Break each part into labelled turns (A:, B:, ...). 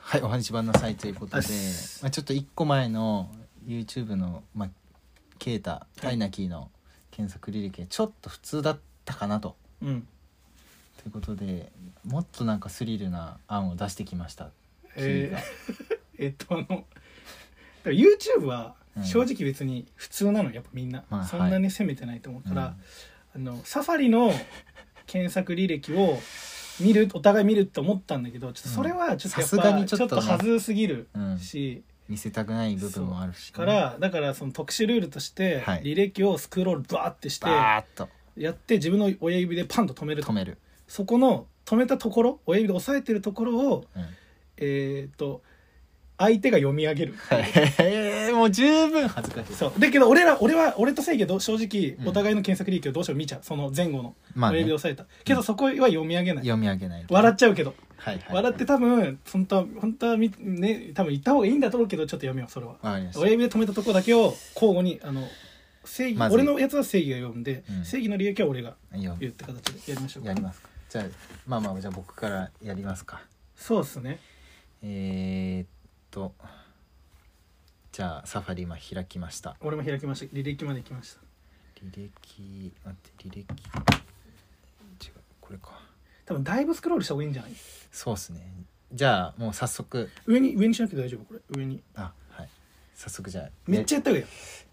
A: はい、お話番なさいということ
B: あっ
A: で、
B: す
A: まあ、ちょっと一個前の YouTube の、まあ、ケータ、タイナキーの検索履歴がちょっと普通だったかなと。
B: うん
A: ということで、もっとなんかスリルな案を出してきました。君
B: え
A: が
B: ー、えっとあのだから YouTube は
A: うん
B: 正直別に普通なのやっぱみんな、
A: まあ
B: そんなに攻めてないと思うから、
A: はい
B: あのサファリの検索履歴を見るお互い見ると思ったんだけどちょっとそれはちょっとやっ
A: さすが
B: ぱ
A: に
B: ち
A: ち
B: ょ
A: ょ
B: っ
A: っ
B: と
A: とね
B: はずすぎる
A: うん、
B: し、
A: 見せたくない部分もあるし、
B: からだからその特殊ルールとして
A: はい
B: 履歴をスクロールバーってして
A: バーッと
B: やって自分の親指でパンと止める
A: 止
B: と
A: める。
B: そこの止めたところ親指で押さえてるところを
A: うん
B: えっ、と相手が読み上げる
A: はい、 もう十分恥ずかしい。
B: そうだけど俺ら俺は俺とせいけど正直
A: うん
B: お互いの検索履歴をどうしても見ちゃうその前後の
A: まあ、
B: 親
A: ね
B: 指で、押さえた、けどそこは読み上げない
A: 読み上げないと。
B: 笑っちゃうけど、
A: はいはい、
B: 笑って多分本当は本当はみね多分言った方がいいんだと思うけどちょっとやめようそれは
A: わかりました
B: 親指で止めたところだけを交互にあの正義
A: まず
B: 俺のやつは正義が読んで、
A: うん
B: 正義の履歴は俺が
A: 読む
B: 言うって形でやりましょうか
A: やりますかじゃあまあまあじゃあ僕からやりますか
B: そうですね
A: えー、っとじゃあサファリ今開きました
B: 俺も開きました履歴まで行きました
A: 履歴待って履歴違うこれか
B: 多分だいぶスクロールした方がいいんじゃない
A: そうっすねじゃあもう早速
B: 上に上にしなくて大丈夫これ上に
A: あはい早速じゃあ
B: めっち
A: ゃ
B: ゃやった方がいいよ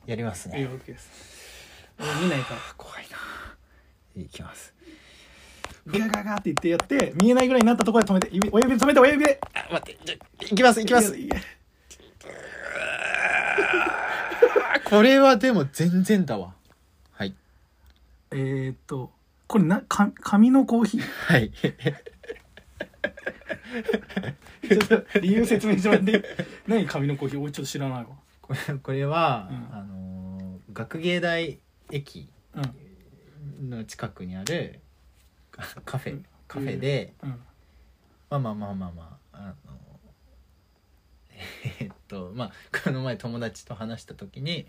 A: やります
B: いい
A: ね
B: よ OK です俺見ないから
A: あ怖いないきます
B: ガガガって言ってやって見えないぐらいになったところで止めて指親指で止めて親指で
A: あ待ってじゃあいきますいきますあこれはでも全然だわはい
B: えーっとこれなか紙のコーヒー
A: はい
B: ちょっと理由説明してもらって 何紙のコーヒー俺ちょっと知らないわ
A: これこれは、
B: うん
A: あのー学芸大駅
B: うん
A: の近くにあるカカフ
B: う
A: ェ
B: ん
A: カフェで、
B: うん
A: まあまあまあまあまああの えーっとまあこの前友達と話した時に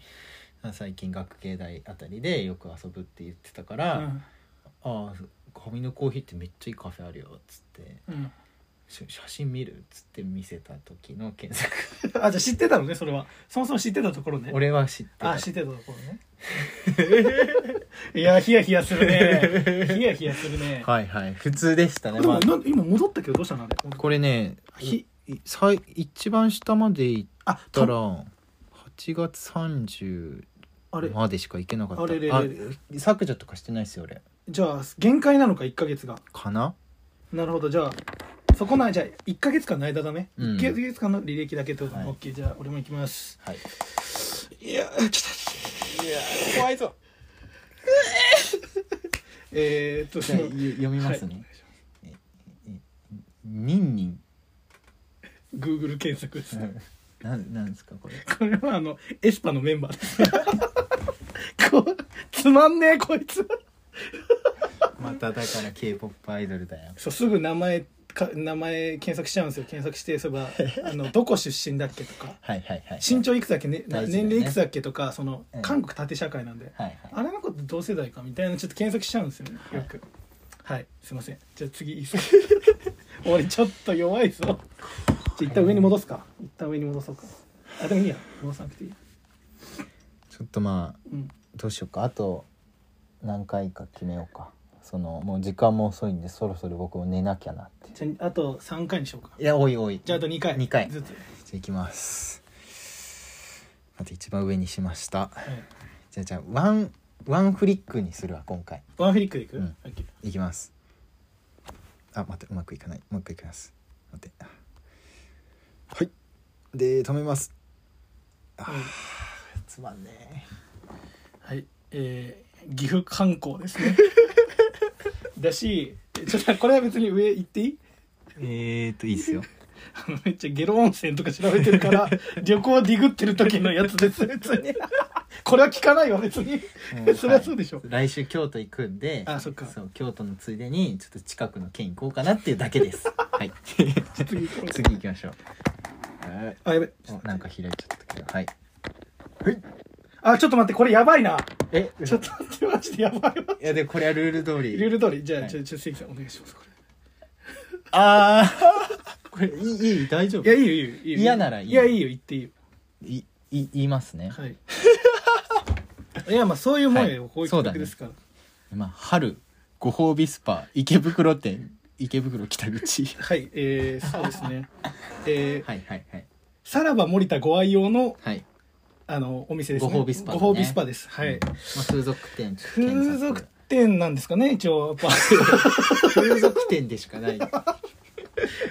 A: あ最近学芸大あたりでよく遊ぶって言ってたから「ああ紙のコーヒーってめっちゃいいカフェあるよ」っつって
B: うん
A: 「し写真見る?」っつって見せた時の検索
B: うん あじゃあ知ってたのねそれはそもそも知ってたところね
A: 俺は知ってた
B: あ知ってたところね いやヒヤヒヤするねヒヤヒヤするね
A: はいはい普通でしたね、
B: でも
A: まあ
B: なん今戻ったけどどうしたのあれ
A: これね
B: ひ
A: いさい一番下まで行っ
B: あ
A: た
B: と
A: ら8月30
B: あれ
A: までしか行けなかった
B: あれれれ
A: 削除とかしてないですよ俺
B: じゃあ限界なのか1ヶ月が
A: かな
B: なるほどじゃあそこなじゃあ1か月間の間だね、
A: うん
B: 一1か月間の履歴だけってことね、
A: はい
B: OK じゃあ俺も行きます
A: はい
B: いやちょっといや怖いぞ えーっ と
A: じゃあゆ読みますね、ニンニン
B: Google 検索です、
A: なんなんですかこれ
B: これはあのエスパのメンバーですこつまんねえこいつ
A: まただから K-POP アイドルだよ
B: そうすぐ名前か名前検索しちゃうんですよ検索してそういえ ばあのどこ出身だっけとか
A: はいはいはい
B: 身長いくつだっけ、ね、な
A: 大事だよ
B: 年
A: ね
B: 齢いくつだっけとかその
A: うん
B: 韓国縦社会なんで、
A: はいはい
B: あれのこと同世代かみたいなちょっと検索しちゃうんですよね
A: はい
B: よくはい、すいませんじゃあ次いい ですか俺ちょっと弱いぞじゃあ一旦上に戻すか一旦上に戻そうかあでもいいや戻さなくていい
A: ちょっとまあ
B: うん
A: どうしようかあと何回か決めようかそのもう時間も遅いんでそろそろ僕も寝なきゃなって
B: じゃああと3回にしようか
A: いやおいおい
B: じゃああと2回
A: 2回
B: ずつ、
A: じゃあいきますまず一番上にしました
B: はい
A: じゃあじゃあワンワンフリックにするわ今回
B: ワンフリックでいく、
A: うん
B: オッケー
A: いきますあ待ってうまくいかないもう一回いきます待ってはいで止めますあー、
B: うん
A: つまんね
B: はいえー、岐阜観光です ねだしちょっとこれは別に上行っていい
A: ええー、といいですよ
B: あ のめっちゃゲロ温泉とか調べてるから 旅行ディグってる時のやつです別にこれは聞かないわ別に そりゃそうでしょ
A: はい来週京都行くんで
B: あそっか
A: う京都のついでにちょっと近くの県行こうかなっていうだけです はい
B: 次行こう
A: 次行きましょうはい
B: あやべ
A: おなんか開いちゃったけどはいはい
B: あちょっと待ってこれやばいな
A: え
B: ちょっと待ってマジでやばいわ
A: いやでこれはルール通り
B: ルール通りじゃあ、
A: はい
B: ちょちょ関さんお願いしますこれ
A: ああ これいいいい大丈
B: いやいいよいいよいいよ
A: 嫌ならいい
B: いやいいよ言っていいよ
A: いい言いますね、
B: はい いやまあそういうもんよ、
A: はい
B: こういう
A: そう
B: 企
A: だ
B: 画
A: ね
B: ですから、
A: まあ、春ご褒美スパ池袋店池袋北口
B: はいえー、そうですねえー
A: はいはいはい
B: さらば森田ご愛用の
A: はい、
B: あのお店ですね
A: ご褒美スパね
B: ご褒美スパですはい、
A: うんまあ、風俗店ちょっと検
B: 風
A: 索
B: 俗店なんですかね一応やっぱ
A: 風俗店でしかない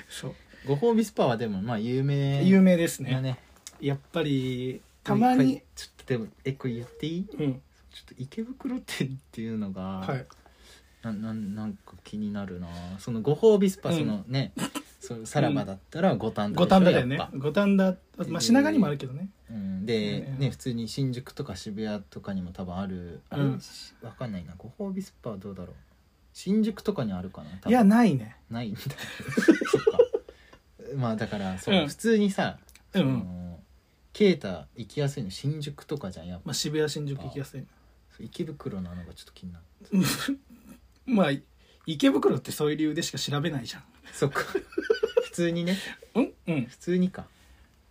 B: そう
A: ご褒美スパはでもまあ有名
B: 有名です
A: な
B: ね
A: ね
B: やっぱりたまに
A: ちょっとでもえこれ言っていい
B: う
A: ちょっ
B: ん
A: と池袋店っていうのが、
B: はい
A: ななんなんか気になるなそのご褒美スパ
B: うん
A: そのね、そのさらばだったら五反田
B: 五反田
A: で
B: だ
A: し
B: よ
A: ょ
B: ね
A: やっぱ
B: 五反田まあ品川にもあるけどね
A: うん、で、
B: うん
A: ね普通に新宿とか渋谷とかにも多分あるあれ、
B: うん
A: しわかんないなご褒美スパはどうだろう新宿とかにあるかな多分
B: いやないね
A: ないん だそっかまあだからそう、
B: うん
A: 普通にさ、
B: うんう
A: そ
B: ん
A: のケータ行きやすいの新宿とかじゃんやっぱ
B: まあ渋谷新宿行きやすいな
A: 池袋なのがちょっと気になる
B: まあ池袋ってそういう理由でしか調べないじゃ
A: そっか 普通にね
B: んうんうん
A: 普通にか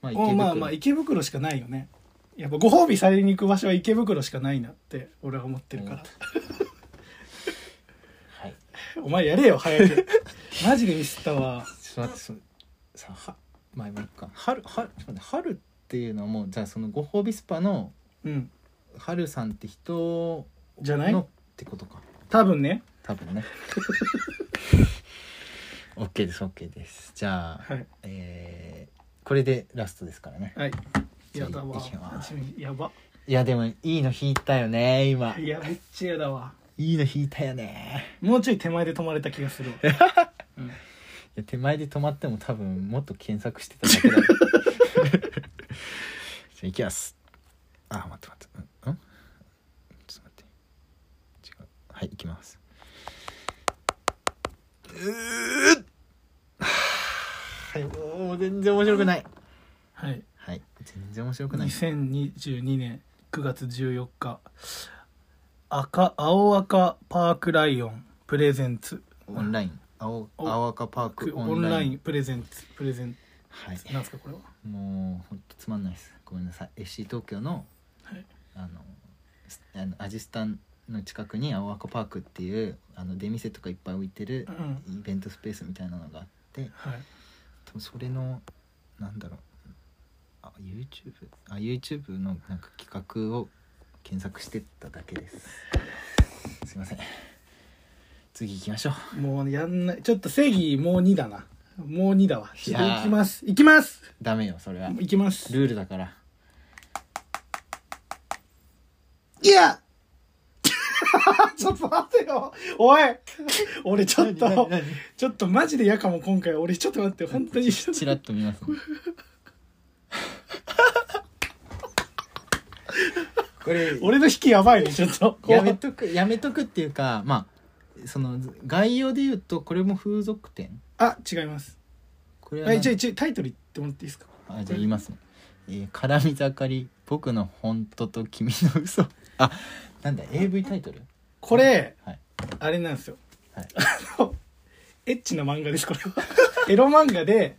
A: まあ池
B: お
A: 袋
B: まあまあ池袋しかないよねやっぱご褒美されに行く場所は池袋しかないなって俺は思ってるから
A: はい
B: お前やれよ早く マジでミスったわ
A: ちょっと待ってそのさは前もいっか春春ちょっと待って春っていうのはもうじゃあそのご褒美スパの
B: うん
A: 春さんって人
B: じゃない
A: のってことか
B: 多分ね
A: 多分ね OK です OK ですじゃあ、
B: はい
A: えーこれでラストですからね
B: はいやだ
A: い
B: わ
A: きます
B: やば
A: いやでもいいの引いたよね今
B: いやめっちゃやだわ
A: いいの引いたよね
B: もうちょい手前で止まれた気がするわうん
A: いや手前で止まっても多分もっと検索してただけだ じゃあいきますあ待って待ってうんんちょっと待って違うはいいきますうーはあもう全然面白くない
B: はい
A: はい全然面白くない
B: 2022年9月14日赤青赤パークライオンプレゼンツ
A: オンライン青
B: お
A: 青赤パーク
B: オ
A: オン
B: ン
A: ラ
B: ラ
A: イン
B: インプレゼンツプレゼン
A: はい
B: ツなんですかこれは
A: もうほんとつまんないですごめんなさい FC 東京の
B: はい
A: あのスあのアジスタンの近くに青赤パークっていうあの出店とかいっぱい置いてる
B: うん
A: イベントスペースみたいなのがあって
B: はい
A: 多分それのなんだろうあ YouTube あ YouTube のなんか企画を検索してっただけですすいません次行きましょう
B: もうやんないちょっと正義もう2だなもう2だわ
A: いやー
B: 行きます行きます
A: ダメよそれは
B: 行きます
A: ルールだから
B: いやちょっと待ってよおい俺ちょっと
A: 何何
B: ちょっとマジでやかも今回俺ちょっと待って本当に
A: チラッと見ます、 ね、これ
B: 俺の引きやばいねちょっと
A: やめとくやめとくっていうかまあその概要で言うとこれも風俗店
B: あ違います
A: これは
B: え
A: 何
B: ちょいちょいタイトル言ってもらっていいですか
A: あじゃあ言いますね「えー絡み盛り僕の本当と君の嘘あなんだ AV タイトル
B: これ、
A: はい
B: あれなんですよ、
A: はい
B: あのエッチな漫画ですこれは エロ漫画で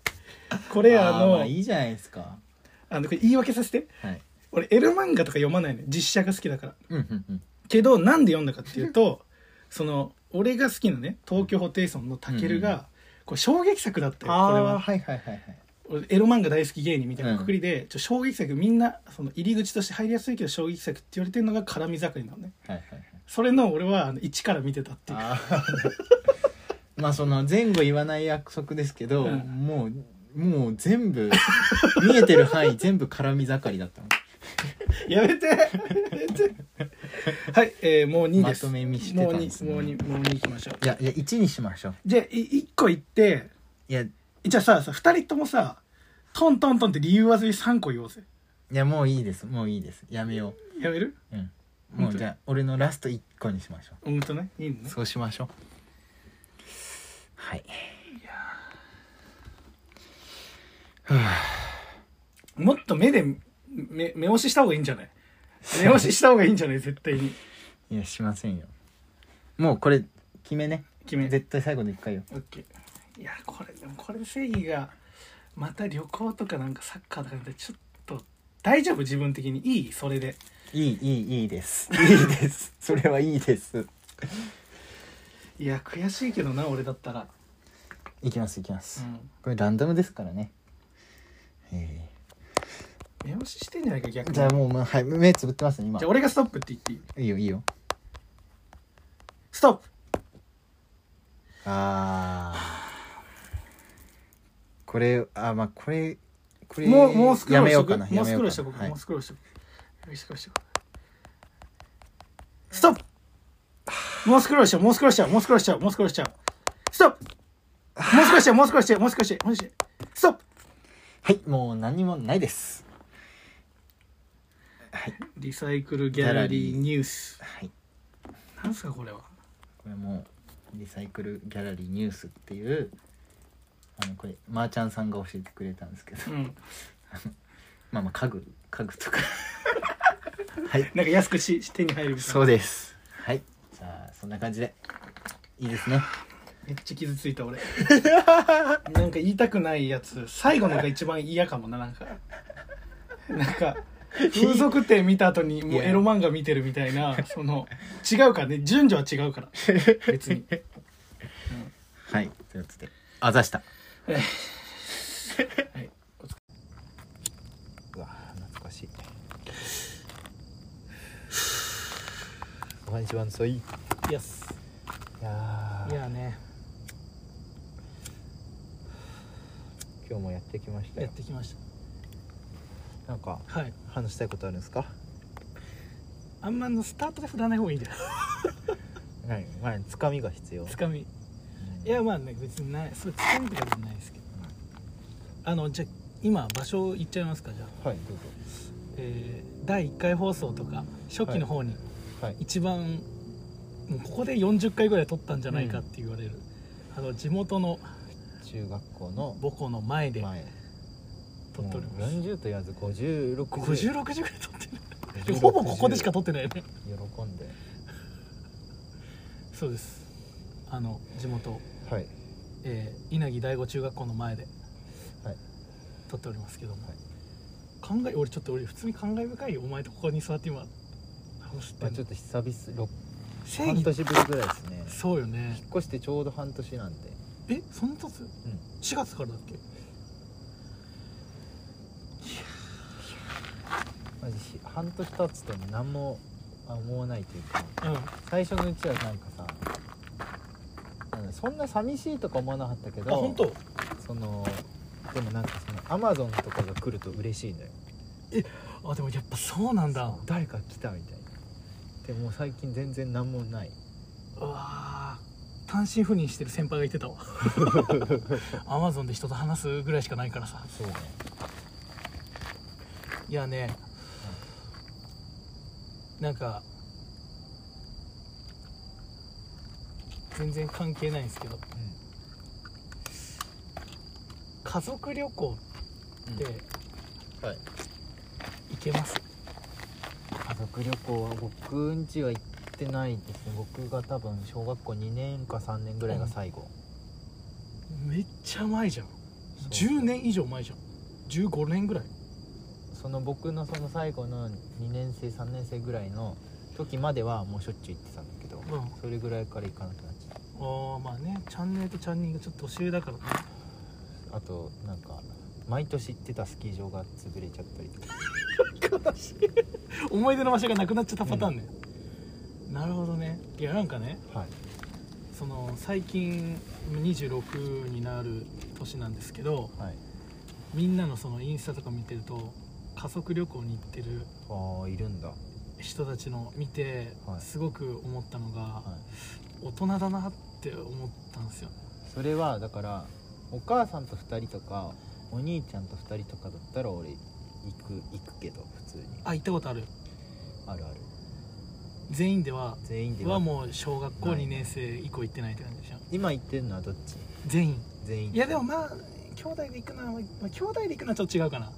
B: これあ
A: ーま
B: の
A: あいいじゃないですか
B: あのこれ言い訳させて
A: はい
B: 俺エロ漫画とか読まないの実写が好きだから
A: うんうんうん
B: けどなんで読んだかっていうとその俺が好きなね東京ホテイソンのたけるが、
A: うん
B: これ衝撃作だったよ
A: あ
B: これ
A: ー
B: は
A: はいはいはいはい
B: 俺エロ漫画大好き芸人みたいなくくりで、ちょ衝撃作みんなその入り口として入りやすいけど衝撃作って言われてるのが絡み盛りなのね
A: はいはいはい
B: それの俺はあの一から見てたっていう
A: あー まあその前後言わない約束ですけど、
B: うん
A: もうもう全部見えてる範囲 全部絡み盛りだったの
B: やめて やめてはい、えー、もう2です
A: まとめ見してたんですね
B: もう2もう2もう2いきましょう
A: いやいや1にしましょう
B: じゃあ1個言って
A: いやい
B: じゃあささ2人ともさトントントンって理由はずに3個言おうぜ
A: やもういいですもういいですやめよ
B: やめる
A: ううんもうじゃあ俺のラスト1個にしましょ
B: うんとねいいの
A: う
B: ね
A: そうしましょうはい
B: もっと目で目目押しした方がいいんじゃない目押しした方がいいんじゃない絶対に
A: いやしませんよもうこれ決めね
B: 決め
A: 絶対最後の1回よ
B: オッケーいやこれでもこれで正義がまた旅行とかなんかサッカーとかなんかちょっと大丈夫自分的にいいそれで
A: いいいいいいです いいですそれはいいです
B: いや悔しいけどな俺だったら、
A: いきますいきます、
B: うん、
A: これランダムですからねえ
B: 目押ししてんじゃないか逆
A: ー
B: に
A: じゃあもう、まあ、はい目つぶってますね今
B: じゃあ俺がストップって言っていい
A: いいよいいよ
B: ストップ
A: あーこれあまあこれこれ
B: もう、もうスクロ
A: や
B: ー
A: め
B: ルし
A: よ
B: と
A: う
B: く。
A: かな
B: も
A: や
B: う
A: めよ
B: スクロー
A: う
B: ルし
A: か
B: と
A: な
B: く。
A: はい
B: もうスクロールしとく。もうスクロールしとく。ストップもうスクロールしちゃう、もうスクロールしちゃう、もうスクロールしちゃう、もうスクロールしちゃう。ストップもうスクロールしちゃう、もうスクロールしちゃう、もうスクロールしちゃう、もうスクロールしちゃう。ストップ
A: はいもう何もないです
B: リサイクルギャラリーニュース。
A: はい
B: なんすかこれは。
A: これもうリサイクルギャラリーニュースっていうあのこれまーちゃんさんが教えてくれたんですけど
B: うん。
A: まあまあ家具家具 とかはい
B: なんか安くし手に入るみたいな
A: そうですはいじゃあそんな感じでいいですね
B: めっちゃ傷ついた 俺。なんか言いたくないやつ、最後のが一番嫌かもな、なんか。なんか、風俗店見た後にもうエロ漫画見てるみたいな、その、違うからね、順序は違うから。別 に。
A: はいということであざした
B: はい、お疲れ
A: うわ懐かしいおはにちはんそいい
B: いやっす
A: やー
B: いやね、
A: 今日もやってきました
B: や
A: よ
B: ってきまし
A: なんか
B: た。はい。
A: 話したいことあるんですか
B: あんまのスタートで振らない方がいいんじゃない
A: はい前つかみが必要
B: つかみ。
A: うん
B: いや、まあね、別にない。そう、つかみとかじゃないですけど。あの、じゃあ今、場所行っちゃいますか、じゃあ。
A: はいどうぞ
B: えー第1回放送とか初期の方に
A: はい
B: 一番、もうここで40回ぐらい撮ったんじゃないかって言われる、あの地元の
A: 中学校の
B: 母校の前で
A: 前
B: 撮っております、
A: 40と言わず56
B: 56時ぐらい
A: 56
B: 撮ってる ほぼここでしか撮ってないよね
A: 喜んで
B: そうですあの地元、
A: はい
B: えー稲城第五中学校の前で
A: はい
B: 撮っておりますけども、
A: はい
B: 感慨俺ちょっと俺普通に感慨深いよお前とここに座って今話して
A: まあ
B: ん
A: ちょ
B: の
A: っと久々ろく
B: 正
A: 半
B: 義
A: 年ぶりぐらいですね
B: そうよね
A: 引っ越してちょうど半年なんで
B: えそんな経つ
A: うん
B: 4月からだっけ
A: マジひ半年経つと何も思わないというか
B: うん
A: 最初のうちはなんかさなんだそんな寂しいとか思わなかったけど
B: あ本当
A: そのでもなんかそのアマゾンとかが来ると嬉しいのよ
B: あでもやっぱそうなんだ
A: そう誰か来たみたいなでも最近全然何もないう
B: わー単身赴任してる先輩が言ってた わアマゾンで人と話すぐらいしかないからさ
A: そうね
B: いやねなんか全然関係ないんですけど家族旅行
A: うん
B: って
A: うんはい
B: 行けます、
A: 家族旅行は僕んちは行ってないですね僕が多分小学校2年か3年ぐらいが最後、
B: めっちゃ前じゃん
A: そう
B: 10年以上前じゃん15年ぐらい
A: その僕のその最後の2年生3年生ぐらいの時まではもうしょっちゅう行ってたんだけど、
B: ん
A: それぐらいから行かなくなっちゃっ
B: ああまあねチャンネルとチャンニングちょっと年上だからね
A: たあとなんか毎年行ってたスキー場が潰れちゃったりと か
B: 悲しい思い出の場所がなくなっちゃったパターンね、なるほどねいやなんかね
A: はい
B: その最近26になる年なんですけど
A: はい
B: みんなのそのインスタとか見てると家族旅行に行ってる
A: ああいるんだ、は
B: 人たちの見て
A: はい
B: すごく思ったのが
A: い、
B: 大人だなって思ったんですよ
A: それはだからお母さんと2人とかお兄ちゃんと2人とかだったら俺行く行くけど普通に
B: あ行ったことある
A: あるある
B: 全員では
A: 全員で
B: は
A: 分け
B: もう小学校2年生以降行ってないって感じでしょ
A: 今行ってるのはどっち
B: 全員
A: 全員
B: いやでもまあ兄弟で行くのは、まあ、兄弟で行くのはちょっと違うかな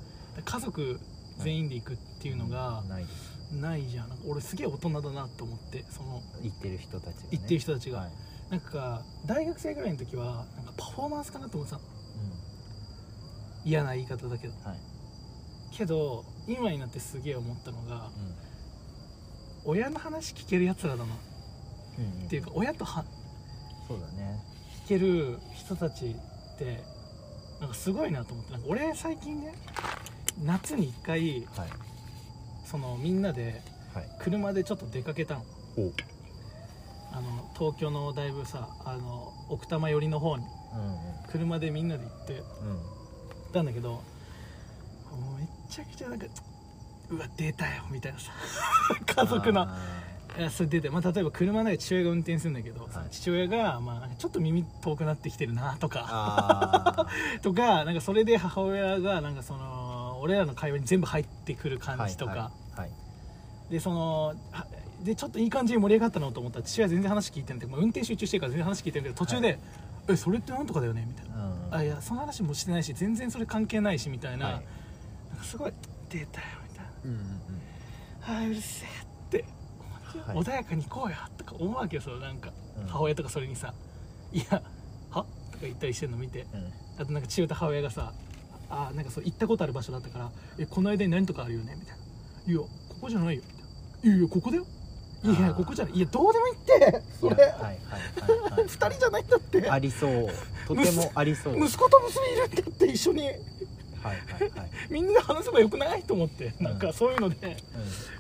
B: 家族全員で行くっていうのが
A: ないです
B: ないじゃんなんか俺すげえ大人だなと思ってその
A: 行ってる人たちが、ね、
B: 行ってる人たちが、
A: はい
B: なんか大学生ぐらいの時はなんかパフォーマンスかなと思ってたの
A: う
B: 嫌な言い方だけど
A: はい
B: けど今になってすげえ思ったのが
A: う
B: 親の話聞けるやつらだなっ
A: んうん
B: ていうか親とは
A: そうだね
B: 聞ける人たちってなんかすごいなと思ってなんか俺最近ね夏に1回
A: はい
B: そのみんなで
A: はい
B: 車でちょっと出かけたの
A: おうん
B: あの東京のだいぶさあの奥多摩寄りの方に車でみんなで行って行っ
A: うんうん
B: たんだけどもうめちゃくちゃなんかうわ出たよみたいなさ 家族のいやそれ出て、まあ、例えば車の中で父親が運転するんだけど、
A: はい
B: 父親が、まあ、なんかちょっと耳遠くなってきてるなとか
A: あー
B: とかなんかそれで母親がなんかその俺らの会話に全部入ってくる感じとか、
A: はいはい
B: でそのはでちょっといい感じに盛り上がったなと思ったら父親全然話聞いてなくて、まあ、運転集中してるから全然話聞いてるけど途中で
A: は
B: 「
A: い
B: えそれってなんとかだよね」みたいな
A: はいうん
B: 「あいやその話もしてないし全然それ関係ないし」みたいな,、
A: はい
B: なんかすごい「出たよ」みたいな
A: うんうん
B: 「あーうるせえ」って
A: はい
B: 穏やかに行こうよとか思うわけよそのなんか、
A: うん
B: 母親とかそれにさ「いやは?」とか言ったりしてるの見て
A: うんうん
B: あとなんか父親と母親がさ「あなんかそう行ったことある場所だったからえこの間に何とかあるよね」みたいな「いやここじゃないよ」みたいな「いやいやここだよ」いやいや
A: あー
B: ここじゃないいやどうでもい いってそれ、
A: いやはいはいはいはい
B: 2人じゃないんだって
A: ありそうとてもありそうはい
B: 息子と娘いるんだって一緒に
A: はいはい
B: みんなで話せばよくないと思ってな
A: う
B: んか
A: ん
B: そういうので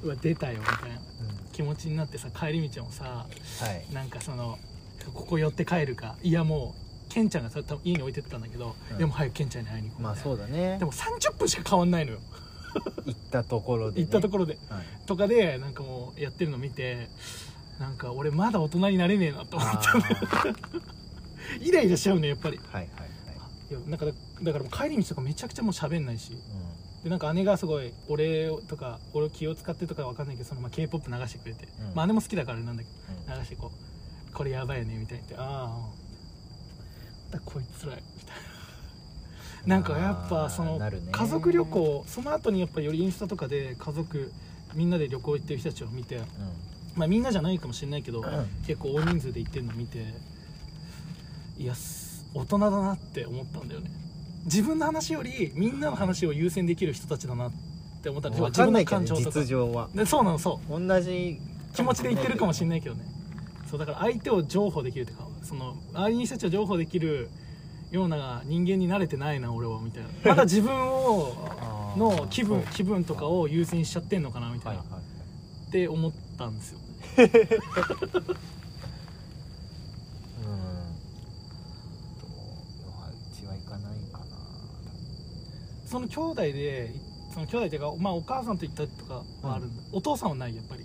A: うん
B: 「うわ出たよ」みたいな
A: うん
B: 気持ちになってさ帰り道もさ
A: はい
B: なんかそのここ寄って帰るかいやもうケンちゃんがさ多分家に置いてったんだけど、
A: うん
B: いやもう早くケンちゃんに会いに行こう
A: まあそうだね
B: でも30分しか変わんないのよ、
A: 行ったところでね
B: 行ったところで
A: はい
B: とかでなんかもうやってるの見てなんか俺まだ大人になれねえなと思っ
A: あ
B: たの
A: ー
B: イライラしちゃうねやっぱり
A: はいはいはい
B: いやなんかだだからもう帰り道とかめちゃくちゃもう喋んないし
A: う
B: でなんか姉がすごい俺とか俺を気を使ってとかわかんないけどそのまあ k p o p 流してくれて、
A: うん
B: まあ姉も好きだからあれなんだけど
A: んうん
B: 流してこうこれやばいよねみたいに言ってああだこいつらみたいな なんかやっ
A: あー
B: ぱその
A: なるね
B: 家族旅行その後にやっぱよりインスタとかで家族みんなで旅行行ってる人たちを見てまあみんなじゃないかもしれないけど
A: うん
B: 結構大人数で行ってるの見ていやす大人だなって思ったんだよね自分の話よりみんなの話を優先できる人たちだなって思ったん
A: うん
B: で要
A: 分
B: は自
A: か
B: 分
A: んな
B: の
A: いけど
B: 感
A: ね
B: 情とか
A: 実情は
B: でそうなのそう
A: 同じ
B: 気持ちで言ってるかもしれ
A: い
B: ないけどねそうだから相手を譲歩できるとかその周りの人たちを譲歩できるような人間に慣れてないな俺はみた いなまだ自分を
A: あー
B: の気分
A: そう
B: 気分とかを優先しちゃってんのかなみた
A: はいい
B: な、
A: はいはい
B: って思ったんですよね
A: うんとまあうちは行かないかな
B: その兄弟でその兄弟っていうか、まあ、お母さんと行ったりとかはあるんだ、お父さんはないやっぱり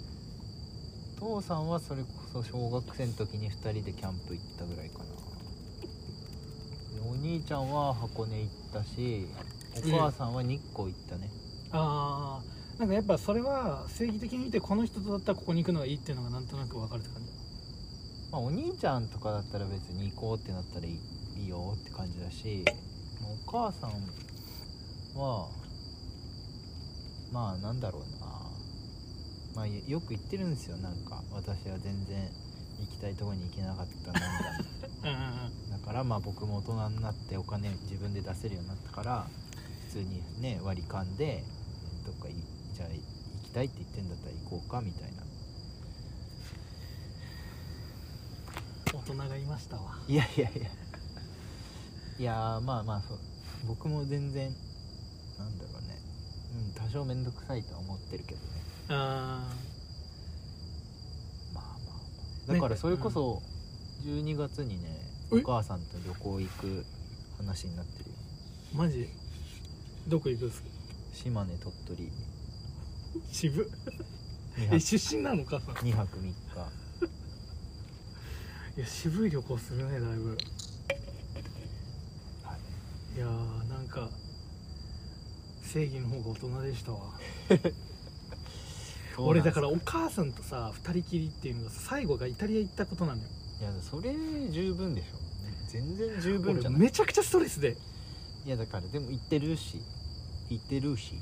A: 父さんはそれこそ小学生の時に2人でキャンプ行ったぐらいかなお兄ちゃんは箱根行ったしお母さんは日光行ったね、
B: ああなんかやっぱそれは正義的に見てこの人とだったらここに行くのがいいっていうのがなんとなく分かるって感じ
A: まあ、お兄ちゃんとかだったら別に行こうってなったらいいいいよって感じだしお母さんはまあなんだろうなまあよよく言ってるんですよなんか私は全然行きたいところに行けなかったなみたいな
B: うんうんうん
A: だからまあ僕も大人になってお金自分で出せるようになったから普通にね割り勘でどっかいじゃあ行きたいって言ってんだったら行こうかみたいな
B: 大人がいましたわ
A: いやいやいやいやーまあまあそう僕も全然なんだろうね、うん、多少面倒くさいとは思ってるけどね
B: ああ
A: まあまあまあ
B: ね
A: だからそれこそ12月にねお
B: え
A: 母さんと旅行行く話になってるよ
B: マジどこ行くんですか
A: 島根鳥取
B: 渋
A: 2
B: え
A: 泊
B: 出身なのかさん
A: 2泊3日
B: いや渋い旅行するねだいぶ
A: はい
B: いやーなんか正義の方が大人でしたわ俺だから
A: い
B: お母さんとさ二人きりっていうのがさ最後がイタリア行ったことなのよ
A: やそれ十分でしょ全然十分じ
B: 俺
A: ゃない
B: めちゃくちゃストレスで
A: いやだからでも行ってるし行ってるし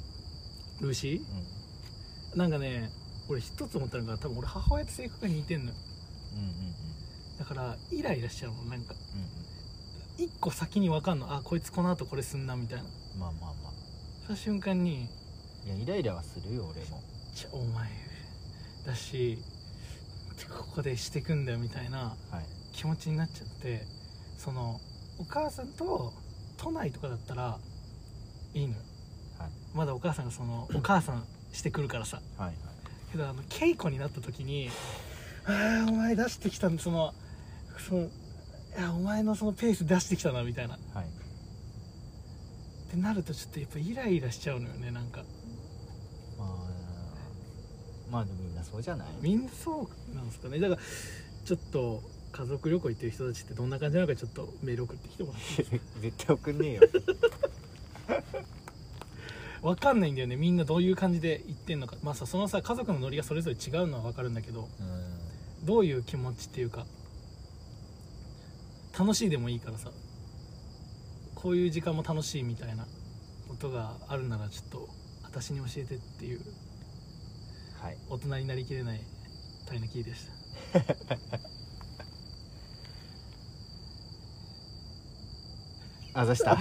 B: ルーシ
A: う
B: ーなんかね俺一つ思ったのが多分俺母親と性格が似てんのよ
A: んうんうん
B: だからイライラしちゃうのなんか
A: うんうん
B: 一個先に分かんのあこいつこの後これすんなみたいな
A: まあまあまあ
B: その瞬間に
A: いやイライラはするよ俺も
B: 「ちょお前だしここでしてくんだよ」みたいな
A: はい
B: 気持ちになっちゃってそのお母さんと都内とかだったらいいのよ
A: はい
B: まだお母さんがそのお母さんしてくるからさ
A: はいはい
B: けどあの稽古になった時に「ああお前出してきたんそのそのいやお前のそのペース出してきたな」みたいなっ
A: はい
B: てなるとちょっとやっぱイライラしちゃうのよねなんか
A: まあまあでもみんなそうじゃない
B: みんなそうなんですかねだからちょっと家族旅行行ってる人たちってどんな感じなのかちょっとメール送ってきてもらって
A: 絶対送んねえよ
B: わかんないんだよねみんなどういう感じで行ってんのかまあさそのさ家族のノリがそれぞれ違うのはわかるんだけど
A: うん
B: どういう気持ちっていうか楽しいでもいいからさこういう時間も楽しいみたいなことがあるならちょっと私に教えてっていう
A: はい
B: 大人になりきれないタイナキーでした
A: あざした